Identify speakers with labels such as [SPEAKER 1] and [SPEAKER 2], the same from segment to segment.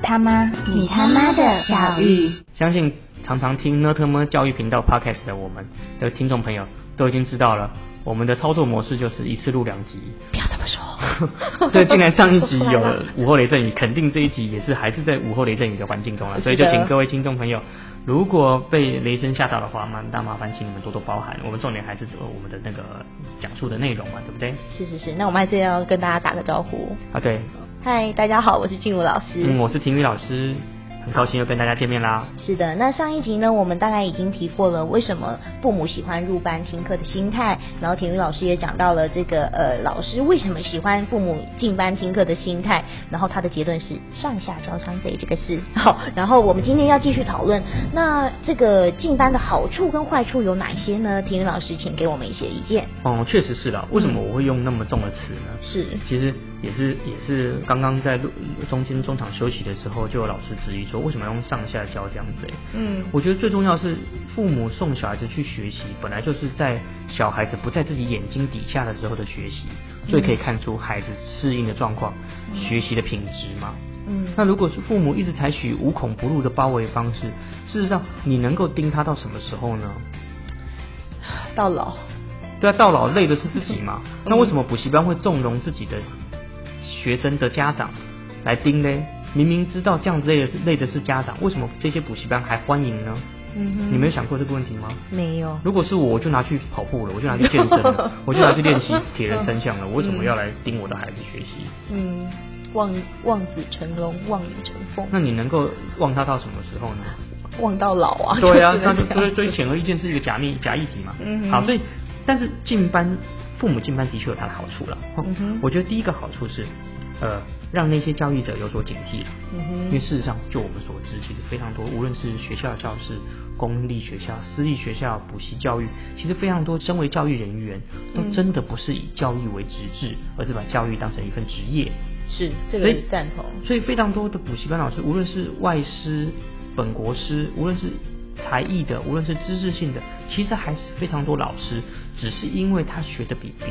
[SPEAKER 1] 他妈，
[SPEAKER 2] 你他妈的教育！
[SPEAKER 3] 相信常常听呢特么教育频道 podcast 的我们的听众朋友都已经知道了，我们的操作模式就是一次录两集。
[SPEAKER 2] 不要这么说
[SPEAKER 3] 所以，既然上一集有
[SPEAKER 2] 说出来
[SPEAKER 3] 了
[SPEAKER 2] 了
[SPEAKER 3] 午后雷阵雨，肯定这一集也是还是在午后雷阵雨的环境中啊了。所以，
[SPEAKER 2] 是
[SPEAKER 3] 就
[SPEAKER 2] 的
[SPEAKER 3] 请各位听众朋友，如果被雷声吓到的话，蛮大麻烦，请你们多多包涵。我们重点还是呃我们的那个讲述的内容嘛，对不对？
[SPEAKER 2] 是是是，那我们还是要跟大家打个招呼。
[SPEAKER 3] 啊，对，
[SPEAKER 2] 嗨，大家好，我是静茹老师。
[SPEAKER 3] 嗯，我是婷宇老师，很高兴又跟大家见面啦。
[SPEAKER 2] 是的，那上一集呢，我们大概已经提过了为什么父母喜欢入班听课的心态，然后田宇老师也讲到了这个呃老师为什么喜欢父母进班听课的心态，然后他的结论是上下交相费这个事。好，然后我们今天要继续讨论，那这个进班的好处跟坏处有哪些呢？田宇老师，请给我们一些意见。
[SPEAKER 3] 哦、确实是啦。为什么我会用那么重的词呢？
[SPEAKER 2] 嗯是
[SPEAKER 3] 其实也是也是刚刚在录呃中间中场休息的时候，就有老师质疑说，为什么要用上下教这样子、欸？
[SPEAKER 2] 嗯
[SPEAKER 3] 我觉得最重要是父母送小孩子去学习，本来就是在小孩子不在自己眼睛底下的时候的学习，
[SPEAKER 2] 嗯
[SPEAKER 3] 最可以看出孩子适应的状况、学习的品质嘛。
[SPEAKER 2] 嗯
[SPEAKER 3] 那如果是父母一直采取无孔不入的包围方式，事实上你能够盯他到什么时候呢？
[SPEAKER 2] 到老，
[SPEAKER 3] 对啊，到老累的是自己嘛。
[SPEAKER 2] 嗯
[SPEAKER 3] 那为什么补习班会纵容自己的学生的家长来盯嘞？明明知道这样子累的是累的是家长，为什么这些补习班还欢迎呢？
[SPEAKER 2] 嗯哼
[SPEAKER 3] 你没有想过这个问题吗？
[SPEAKER 2] 没有
[SPEAKER 3] 如果是我，我就拿去跑步了，我就拿去健 身了，我就拿去练习铁人三项了。我为什么要来盯我的孩子学习？
[SPEAKER 2] 嗯，望望子成龙，望女成凤，
[SPEAKER 3] 那你能够望他到什么时候呢？
[SPEAKER 2] 望到老啊。
[SPEAKER 3] 对啊，
[SPEAKER 2] 只
[SPEAKER 3] 那
[SPEAKER 2] 能
[SPEAKER 3] 就
[SPEAKER 2] 这样
[SPEAKER 3] 所以所以显而易见是一个假密假议题嘛。
[SPEAKER 2] 嗯哼
[SPEAKER 3] 好，所以但是进班父母进班的确有它的好处啦。哦
[SPEAKER 2] 嗯哼
[SPEAKER 3] 我觉得第一个好处是，呃，让那些教育者有所警惕啦。
[SPEAKER 2] 嗯哼
[SPEAKER 3] 因为事实上，就我们所知，其实非常多，无论是学校的教室、公立学校、私立学校、补习教育，其实非常多，身为教育人员，都
[SPEAKER 2] 嗯
[SPEAKER 3] 真的不是以教育为职志，而是把教育当成一份职业。
[SPEAKER 2] 是这
[SPEAKER 3] 所
[SPEAKER 2] 个
[SPEAKER 3] 以
[SPEAKER 2] 赞同。
[SPEAKER 3] 所以非常多的补习班老师，无论是外师、本国师，无论是才艺的，无论是知识性的，其实还是非常多老师，只是因为他学的比别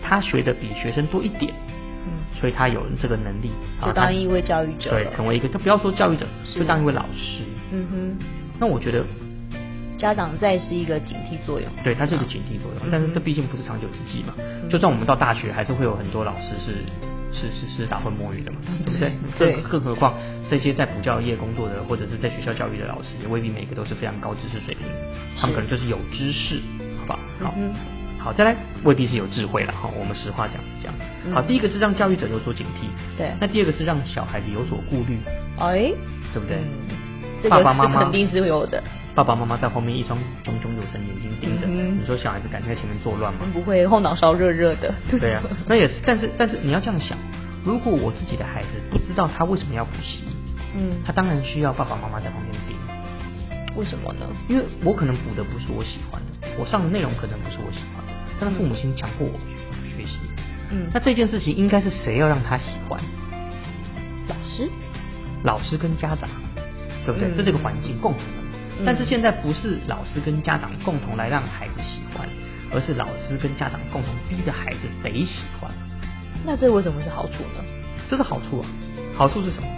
[SPEAKER 3] 他他学的比学生多一点，
[SPEAKER 2] 嗯，
[SPEAKER 3] 所以他有这个能力，然
[SPEAKER 2] 就
[SPEAKER 3] 后他
[SPEAKER 2] 当一位教育者了
[SPEAKER 3] 对，成为一个，他不要说教育者，
[SPEAKER 2] 是
[SPEAKER 3] 就当一位老师。
[SPEAKER 2] 嗯
[SPEAKER 3] 那我觉得
[SPEAKER 2] 哼，家长再是一个警惕作用。
[SPEAKER 3] 对，它是一个警惕作用，但是这毕竟不是长久之计嘛。
[SPEAKER 2] 嗯
[SPEAKER 3] 就算我们到大学，还是会有很多老师是是是是打混摸鱼的嘛，对不对？
[SPEAKER 2] 对
[SPEAKER 3] 更更何况这些在补教业工作的，或者是在学校教育的老师，也未必每个都是非常高知识水平，他们可能就是有知识，好不好？好。
[SPEAKER 2] 嗯哼
[SPEAKER 3] 好，再来，未必是有智慧了哈。我们实话讲是这样。好，第一个是让教育者有所警惕，
[SPEAKER 2] 嗯对
[SPEAKER 3] 那第二个是让小孩子有所顾虑，
[SPEAKER 2] 哎，
[SPEAKER 3] 对不对？
[SPEAKER 2] 嗯这
[SPEAKER 3] 爸
[SPEAKER 2] 个
[SPEAKER 3] 爸妈
[SPEAKER 2] 是
[SPEAKER 3] 妈
[SPEAKER 2] 肯定是有的。
[SPEAKER 3] 爸爸妈妈在后面一双炯炯有神眼睛盯着，
[SPEAKER 2] 嗯哼嗯
[SPEAKER 3] 你说小孩子敢在前面作乱吗？
[SPEAKER 2] 不会后脑勺热热的。
[SPEAKER 3] 对啊，那也是，但是但是你要这样想，如果我自己的孩子不知道他为什么要补习，
[SPEAKER 2] 嗯，
[SPEAKER 3] 他当然需要爸爸妈妈在旁边 盯，
[SPEAKER 2] 为什么呢？
[SPEAKER 3] 因为我可能补的不是我喜欢的，我上的内容可能不是我喜欢的，但是父母亲强迫我去学习，
[SPEAKER 2] 嗯
[SPEAKER 3] 那这件事情应该是谁要让他喜欢？
[SPEAKER 2] 老师，
[SPEAKER 3] 老师跟家长，对不对？
[SPEAKER 2] 嗯
[SPEAKER 3] 这是一个环境共同的。
[SPEAKER 2] 嗯
[SPEAKER 3] 但是现在不是老师跟家长共同来让孩子喜欢，而是老师跟家长共同逼着孩子得喜欢，
[SPEAKER 2] 那这为什么是好处呢？
[SPEAKER 3] 这是好处啊。好处是什么？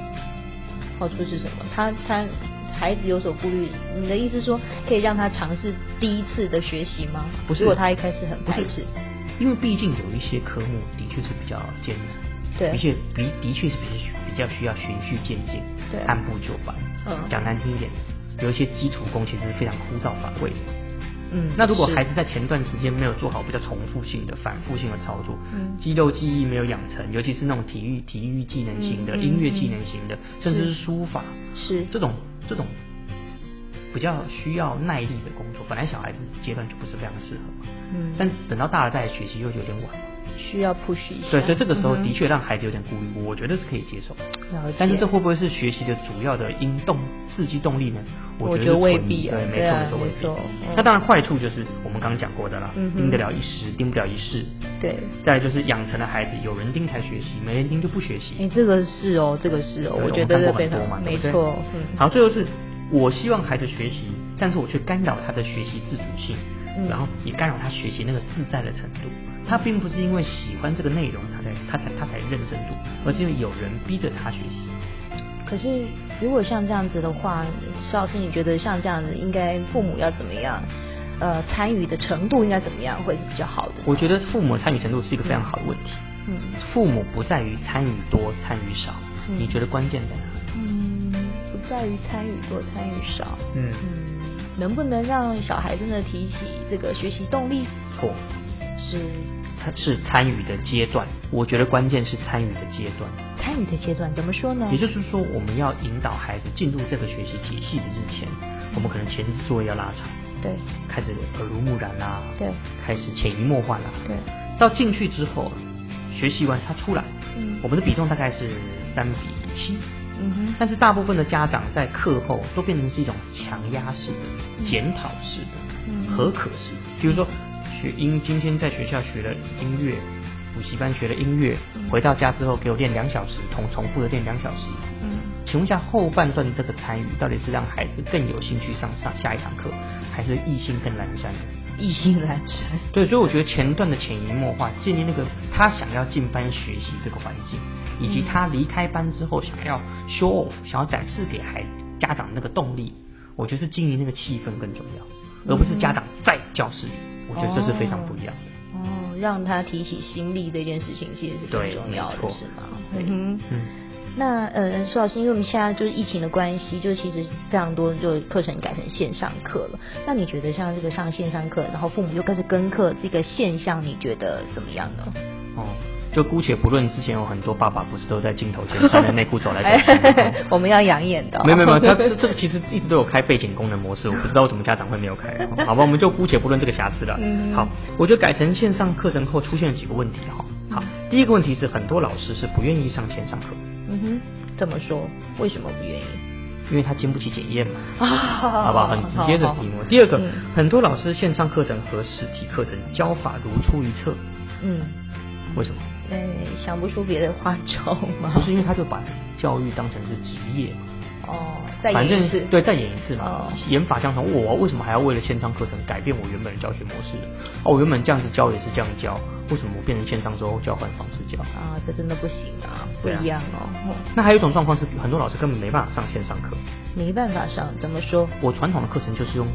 [SPEAKER 2] 好处是什么？他他孩子有所顾虑，你的意思说可以让他尝试第一次的学习吗？
[SPEAKER 3] 不是
[SPEAKER 2] 如果他一开始很
[SPEAKER 3] 不
[SPEAKER 2] 排
[SPEAKER 3] 是
[SPEAKER 2] 斥，
[SPEAKER 3] 因为毕竟有一些科目的确是比较艰难，
[SPEAKER 2] 对
[SPEAKER 3] 的确比的确是比较比较需要循序渐进，
[SPEAKER 2] 对
[SPEAKER 3] 按部就班。
[SPEAKER 2] 嗯
[SPEAKER 3] 讲难听一点，有一些基础功其实是非常枯燥乏味的。
[SPEAKER 2] 嗯，
[SPEAKER 3] 那如果
[SPEAKER 2] 是
[SPEAKER 3] 孩子在前段时间没有做好比较重复性的、反复性的操作，
[SPEAKER 2] 嗯
[SPEAKER 3] 肌肉记忆没有养成，尤其是那种体育、体育技能型的、
[SPEAKER 2] 嗯嗯
[SPEAKER 3] 音乐技能型的，甚至是
[SPEAKER 2] 是
[SPEAKER 3] 书法，
[SPEAKER 2] 是
[SPEAKER 3] 这种这种比较需要耐力的工作，本来小孩子阶段就不是非常适合嘛，
[SPEAKER 2] 嗯
[SPEAKER 3] 但等到大了再来学习又有点晚。
[SPEAKER 2] 需要 push 一下，嗯
[SPEAKER 3] 对，所以这个时候的确让孩子有点顾虑，我觉得是可以接受
[SPEAKER 2] 了解。
[SPEAKER 3] 但是这会不会是学习的主要的因动刺激动力呢？
[SPEAKER 2] 我
[SPEAKER 3] 觉
[SPEAKER 2] 觉
[SPEAKER 3] 得
[SPEAKER 2] 得
[SPEAKER 3] 是
[SPEAKER 2] 未
[SPEAKER 3] 存
[SPEAKER 2] 必啊
[SPEAKER 3] 对，没
[SPEAKER 2] 对
[SPEAKER 3] 错
[SPEAKER 2] 啊
[SPEAKER 3] 没错
[SPEAKER 2] 没
[SPEAKER 3] 未必
[SPEAKER 2] 错嗯。
[SPEAKER 3] 那当然坏处就是我们刚刚讲过的啦
[SPEAKER 2] 嗯，哼
[SPEAKER 3] 盯得了一时，盯不了一世。
[SPEAKER 2] 对。
[SPEAKER 3] 再来就是养成了孩子，有人盯才学习，没人盯就不学习。
[SPEAKER 2] 哎、这个是哦，这个是哦，
[SPEAKER 3] 对
[SPEAKER 2] 我觉
[SPEAKER 3] 们
[SPEAKER 2] 得这
[SPEAKER 3] 看过很
[SPEAKER 2] 非
[SPEAKER 3] 多
[SPEAKER 2] 常
[SPEAKER 3] 嘛，对
[SPEAKER 2] 没
[SPEAKER 3] 不对
[SPEAKER 2] 错。嗯，
[SPEAKER 3] 好，最后是我希望孩子学习，但是我却干扰他的学习自主性，
[SPEAKER 2] 嗯
[SPEAKER 3] 然后也干扰他学习那个自在的程度。他并不是因为喜欢这个内容，他才他才他才认真读，而是因为有人逼着他学习。
[SPEAKER 2] 可是如果像这样子的话，邵老师，你觉得像这样子，应该父母要怎么样？呃，参与的程度应该怎么样会是比较好的？
[SPEAKER 3] 我觉得父母的参与程度是一个非常好的问题。
[SPEAKER 2] 嗯
[SPEAKER 3] 父母不在于参与多参与少，
[SPEAKER 2] 嗯
[SPEAKER 3] 你觉得关键在哪里？
[SPEAKER 2] 嗯，不在于参与多参与少。
[SPEAKER 3] 嗯
[SPEAKER 2] 嗯，能不能让小孩真的提起这个学习动力？
[SPEAKER 3] 嗯错，
[SPEAKER 2] 是
[SPEAKER 3] 参是参与的阶段，我觉得关键是参与的阶段。
[SPEAKER 2] 参与的阶段，怎么说呢？
[SPEAKER 3] 也就是说，我们要引导孩子进入这个学习体系的之前，我们可能前置作业要拉长，
[SPEAKER 2] 对
[SPEAKER 3] 开始耳濡目染啦、
[SPEAKER 2] 对
[SPEAKER 3] 开始潜移默化啦、
[SPEAKER 2] 对，
[SPEAKER 3] 到进去之后，学习完他出来，
[SPEAKER 2] 嗯
[SPEAKER 3] 我们的比重大概是三比七，
[SPEAKER 2] 嗯哼，
[SPEAKER 3] 但是大部分的家长在课后都变成是一种强压式的、检讨式
[SPEAKER 2] 嗯
[SPEAKER 3] 的、合可式的。比如说，学音今天在学校学了音乐，补习班学了音乐
[SPEAKER 2] 嗯，
[SPEAKER 3] 回到家之后给我练两小时，重重复的练两小时。
[SPEAKER 2] 嗯
[SPEAKER 3] 请问一下，后半段这个参与到底是让孩子更有兴趣上上下一堂课，还是异性更阑珊？
[SPEAKER 2] 意兴阑珊。
[SPEAKER 3] 对，所以我觉得前段的潜移默化，建立那个他想要进班学习这个环境，以及他离开班之后想要 show off，想要展示给孩家长那个动力，我觉得是经营那个气氛更重要，而不是家长在教室里，我觉得这是非常不一样的。
[SPEAKER 2] 哦，让他提起心力这件事情其实是更
[SPEAKER 3] 对
[SPEAKER 2] 重要
[SPEAKER 3] 没
[SPEAKER 2] 的，
[SPEAKER 3] 错
[SPEAKER 2] 是吗？
[SPEAKER 3] 对
[SPEAKER 2] 嗯哼
[SPEAKER 3] 嗯。
[SPEAKER 2] 那呃，苏老师，因为我们现在就是疫情的关系，就其实非常多就课程改成线上课了。那你觉得像这个上线上课，然后父母又跟着跟课这个现象，你觉得怎么样呢？。
[SPEAKER 3] 哦，就姑且不论之前有很多爸爸不是都在镜头前穿着内裤走来走去吗
[SPEAKER 2] 我们要养眼的、哦。
[SPEAKER 3] 没有没有没有，他这这个其实一直都有开背景功能模式，我不知道为什么家长会没有开，啊好吧，我们就姑且不论这个瑕疵了。
[SPEAKER 2] 嗯
[SPEAKER 3] 好，我觉得改成线上课程后出现了几个问题哈。好，第一个问题是很多老师是不愿意上线上课，
[SPEAKER 2] 嗯哼，怎么说？为什么不愿意？
[SPEAKER 3] 因为他经不起检验嘛，
[SPEAKER 2] 好
[SPEAKER 3] 好不好？很直接的题目。第二个
[SPEAKER 2] 嗯，
[SPEAKER 3] 很多老师线上课程和实体课程教法如出一辙，
[SPEAKER 2] 嗯，
[SPEAKER 3] 为什么？
[SPEAKER 2] 呃，想不出别的花招吗
[SPEAKER 3] 不？是因为他就把教育当成是职业嘛。
[SPEAKER 2] 哦，再
[SPEAKER 3] 反
[SPEAKER 2] 演一
[SPEAKER 3] 正
[SPEAKER 2] 次。
[SPEAKER 3] 对，再演一次嘛。
[SPEAKER 2] 哦
[SPEAKER 3] 演法相同，我为什么还要为了线上课程改变我原本的教学模式呢？哦，我原本这样子教也是这样教，为什么我变成线上之后交换方式教？
[SPEAKER 2] 啊，这真的不行啊，不
[SPEAKER 3] 对啊
[SPEAKER 2] 一样哦，
[SPEAKER 3] 那还有一种状况是，很多老师根本没办法上线上课。
[SPEAKER 2] 没办法上，怎么说？
[SPEAKER 3] 我传统的课程就是用，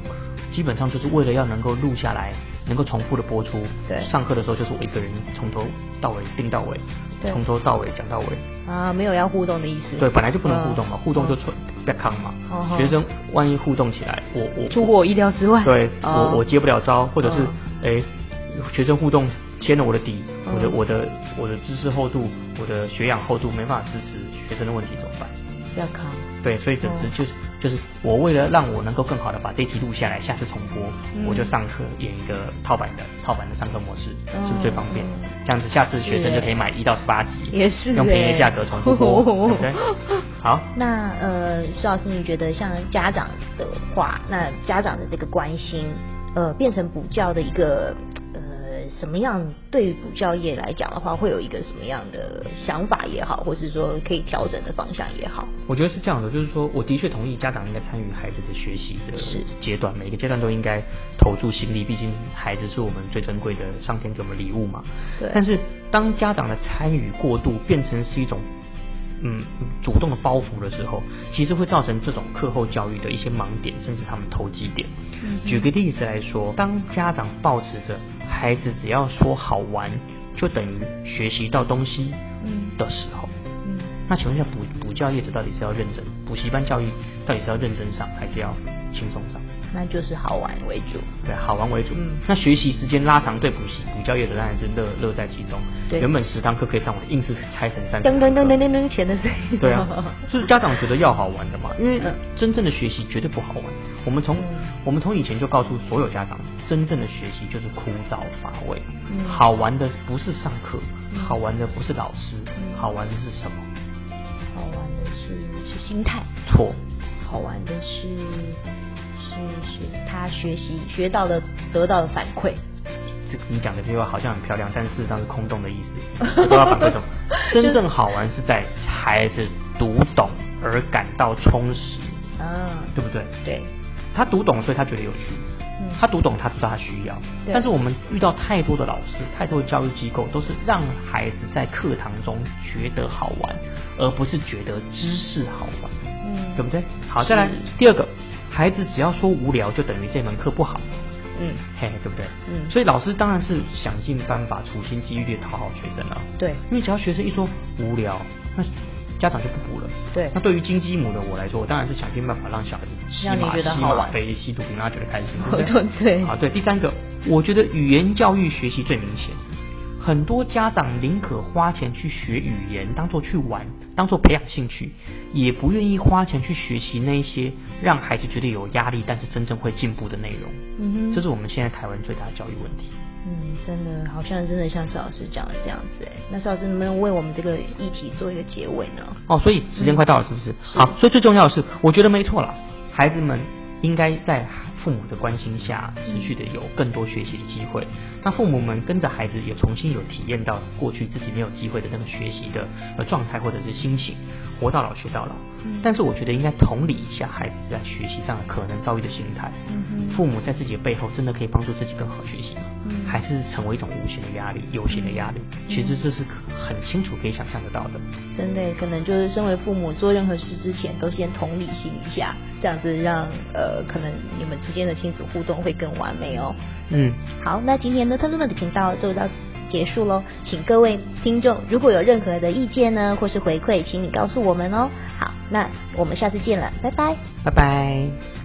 [SPEAKER 3] 基本上就是为了要能够录下来，能够重复的播出。
[SPEAKER 2] 对
[SPEAKER 3] 上课的时候就是我一个人从头到尾盯到尾
[SPEAKER 2] 对，
[SPEAKER 3] 从头到尾讲到尾。
[SPEAKER 2] 啊，没有要互动的意思。
[SPEAKER 3] 对，本来就不能互动嘛，
[SPEAKER 2] 嗯
[SPEAKER 3] 互动就纯不要康嘛
[SPEAKER 2] 哦。哦
[SPEAKER 3] 学生万一互动起来，我我
[SPEAKER 2] 出乎我意料之外。
[SPEAKER 3] 对
[SPEAKER 2] 哦
[SPEAKER 3] 我我接不了招，或者是哎学生互动牵了我的底，
[SPEAKER 2] 嗯
[SPEAKER 3] 我的我的我的知识厚度，我的学养厚度没办法支持学生的问题怎么办？
[SPEAKER 2] 要考。
[SPEAKER 3] 对，所以总之
[SPEAKER 2] 嗯
[SPEAKER 3] 就是就是我为了让我能够更好的把这一集录下来，下次重播，
[SPEAKER 2] 嗯
[SPEAKER 3] 我就上课演一个套版的套版的上课模式，
[SPEAKER 2] 嗯
[SPEAKER 3] 是不是最方便
[SPEAKER 2] 嗯？
[SPEAKER 3] 这样子下次学生
[SPEAKER 2] 是
[SPEAKER 3] 就可以买一到十八集，
[SPEAKER 2] 也是
[SPEAKER 3] 用便宜
[SPEAKER 2] 欸
[SPEAKER 3] 的价格重复 播，对不对？好，
[SPEAKER 2] 那呃，苏老师，你觉得像家长的话，那家长的这个关心，呃，变成补教的一个呃什么样？对于补教业来讲的话，会有一个什么样的想法也好，或是说可以调整的方向也好？
[SPEAKER 3] 我觉得是这样的，就是说，我的确同意家长应该参与孩子的学习的
[SPEAKER 2] 是
[SPEAKER 3] 阶段，每个阶段都应该投注心力，毕竟孩子是我们最珍贵的上天给我们的礼物嘛。
[SPEAKER 2] 对
[SPEAKER 3] 但是当家长的参与过度变成是一种嗯主动的包袱的时候，其实会造成这种课后教育的一些盲点，甚至他们投机点。
[SPEAKER 2] 嗯哼
[SPEAKER 3] 举个例子来说，当家长抱持着孩子只要说好玩，就等于学习到东西
[SPEAKER 2] 嗯
[SPEAKER 3] 的时候。
[SPEAKER 2] 嗯
[SPEAKER 3] 那请问一下补，补教业者到底是要认真，补习班教育到底是要认真上，还是要轻松上？
[SPEAKER 2] 那就是好玩为主。
[SPEAKER 3] 对，好玩为主。
[SPEAKER 2] 嗯
[SPEAKER 3] 那学习时间拉长，对补习补教业者当然是乐乐在其中。
[SPEAKER 2] 对
[SPEAKER 3] 原本十堂课可以上完，硬是拆成三。
[SPEAKER 2] 噔噔噔噔。噔噔，钱的声音。
[SPEAKER 3] 对啊，就是家长觉得要好玩的嘛，因为
[SPEAKER 2] 嗯
[SPEAKER 3] 真正的学习绝对不好玩。我们从、
[SPEAKER 2] 嗯
[SPEAKER 3] 我们从以前就告诉所有家长，真正的学习就是枯燥乏味。
[SPEAKER 2] 嗯
[SPEAKER 3] 好玩的不是上课，
[SPEAKER 2] 嗯
[SPEAKER 3] 好玩的不是老师，
[SPEAKER 2] 嗯
[SPEAKER 3] 好玩的是什么？
[SPEAKER 2] 好玩的是是心态，
[SPEAKER 3] 错。
[SPEAKER 2] 好玩的是是是他学习学到的得到的反馈。
[SPEAKER 3] 这你讲的这句话好像很漂亮，但事实上是空洞的意思，都要反馈懂。真正好玩是在孩子读懂而感到充实，
[SPEAKER 2] 嗯，
[SPEAKER 3] 对不对？
[SPEAKER 2] 对，
[SPEAKER 3] 他读懂，所以他觉得有趣。
[SPEAKER 2] 嗯
[SPEAKER 3] 他读懂，他知道他需要。
[SPEAKER 2] 对
[SPEAKER 3] 但是我们遇到太多的老师，太多的教育机构都是让孩子在课堂中觉得好玩，而不是觉得知识好玩，
[SPEAKER 2] 嗯
[SPEAKER 3] 对不对？好，
[SPEAKER 2] 是
[SPEAKER 3] 再来第二个，孩子只要说无聊，就等于这门课不好。
[SPEAKER 2] 嗯，
[SPEAKER 3] 嘿，对不对？
[SPEAKER 2] 嗯
[SPEAKER 3] 所以老师当然是想尽办法、处心积虑的讨好学生了、
[SPEAKER 2] 对
[SPEAKER 3] 因为只要学生一说无聊，那家长就不补了。
[SPEAKER 2] 对
[SPEAKER 3] 那对于金鸡母的我来说，我当然是想尽办法让小孩子骑
[SPEAKER 2] 让你
[SPEAKER 3] 马、
[SPEAKER 2] 觉得
[SPEAKER 3] 吸
[SPEAKER 2] 好
[SPEAKER 3] 马
[SPEAKER 2] 玩。
[SPEAKER 3] 飞、吸毒品，让他觉得开心 不
[SPEAKER 2] 对
[SPEAKER 3] 啊，对。第三个，我觉得语言教育学习最明显。很多家长宁可花钱去学语言，当做去玩，当做培养兴趣，也不愿意花钱去学习那一些让孩子觉得有压力，但是真正会进步的内容。
[SPEAKER 2] 嗯哼，
[SPEAKER 3] 这是我们现在台湾最大的教育问题。
[SPEAKER 2] 嗯，真的好像真的像邵老师讲的这样子哎，那邵老师能不能为我们这个议题做一个结尾呢？
[SPEAKER 3] 哦，所以时间快到了，是不是？
[SPEAKER 2] 嗯是
[SPEAKER 3] 好，所以最重要的是，我觉得没错了，孩子们应该在父母的关心下，持续的有更多学习的机会。那父母们跟着孩子也重新有体验到过去自己没有机会的那个学习的呃状态或者是心情，活到老学到老。
[SPEAKER 2] 嗯
[SPEAKER 3] 但是我觉得应该同理一下孩子在学习上可能遭遇的心态。
[SPEAKER 2] 嗯哼
[SPEAKER 3] 父母在自己的背后真的可以帮助自己更好学习吗？
[SPEAKER 2] 嗯
[SPEAKER 3] 还是成为一种无形的压力、有形的压力？其实这是可很清楚可以想象得到的。
[SPEAKER 2] 真的可能就是身为父母做任何事之前，都先同理心一下，这样子让呃可能你们之间的亲子互动会更完美哦。
[SPEAKER 3] 嗯，
[SPEAKER 2] 好，那今天呢，特伦特的频道就到结束喽。请各位听众，如果有任何的意见呢，或是回馈，请你告诉我们哦。好，那我们下次见了，拜拜。
[SPEAKER 3] 拜拜。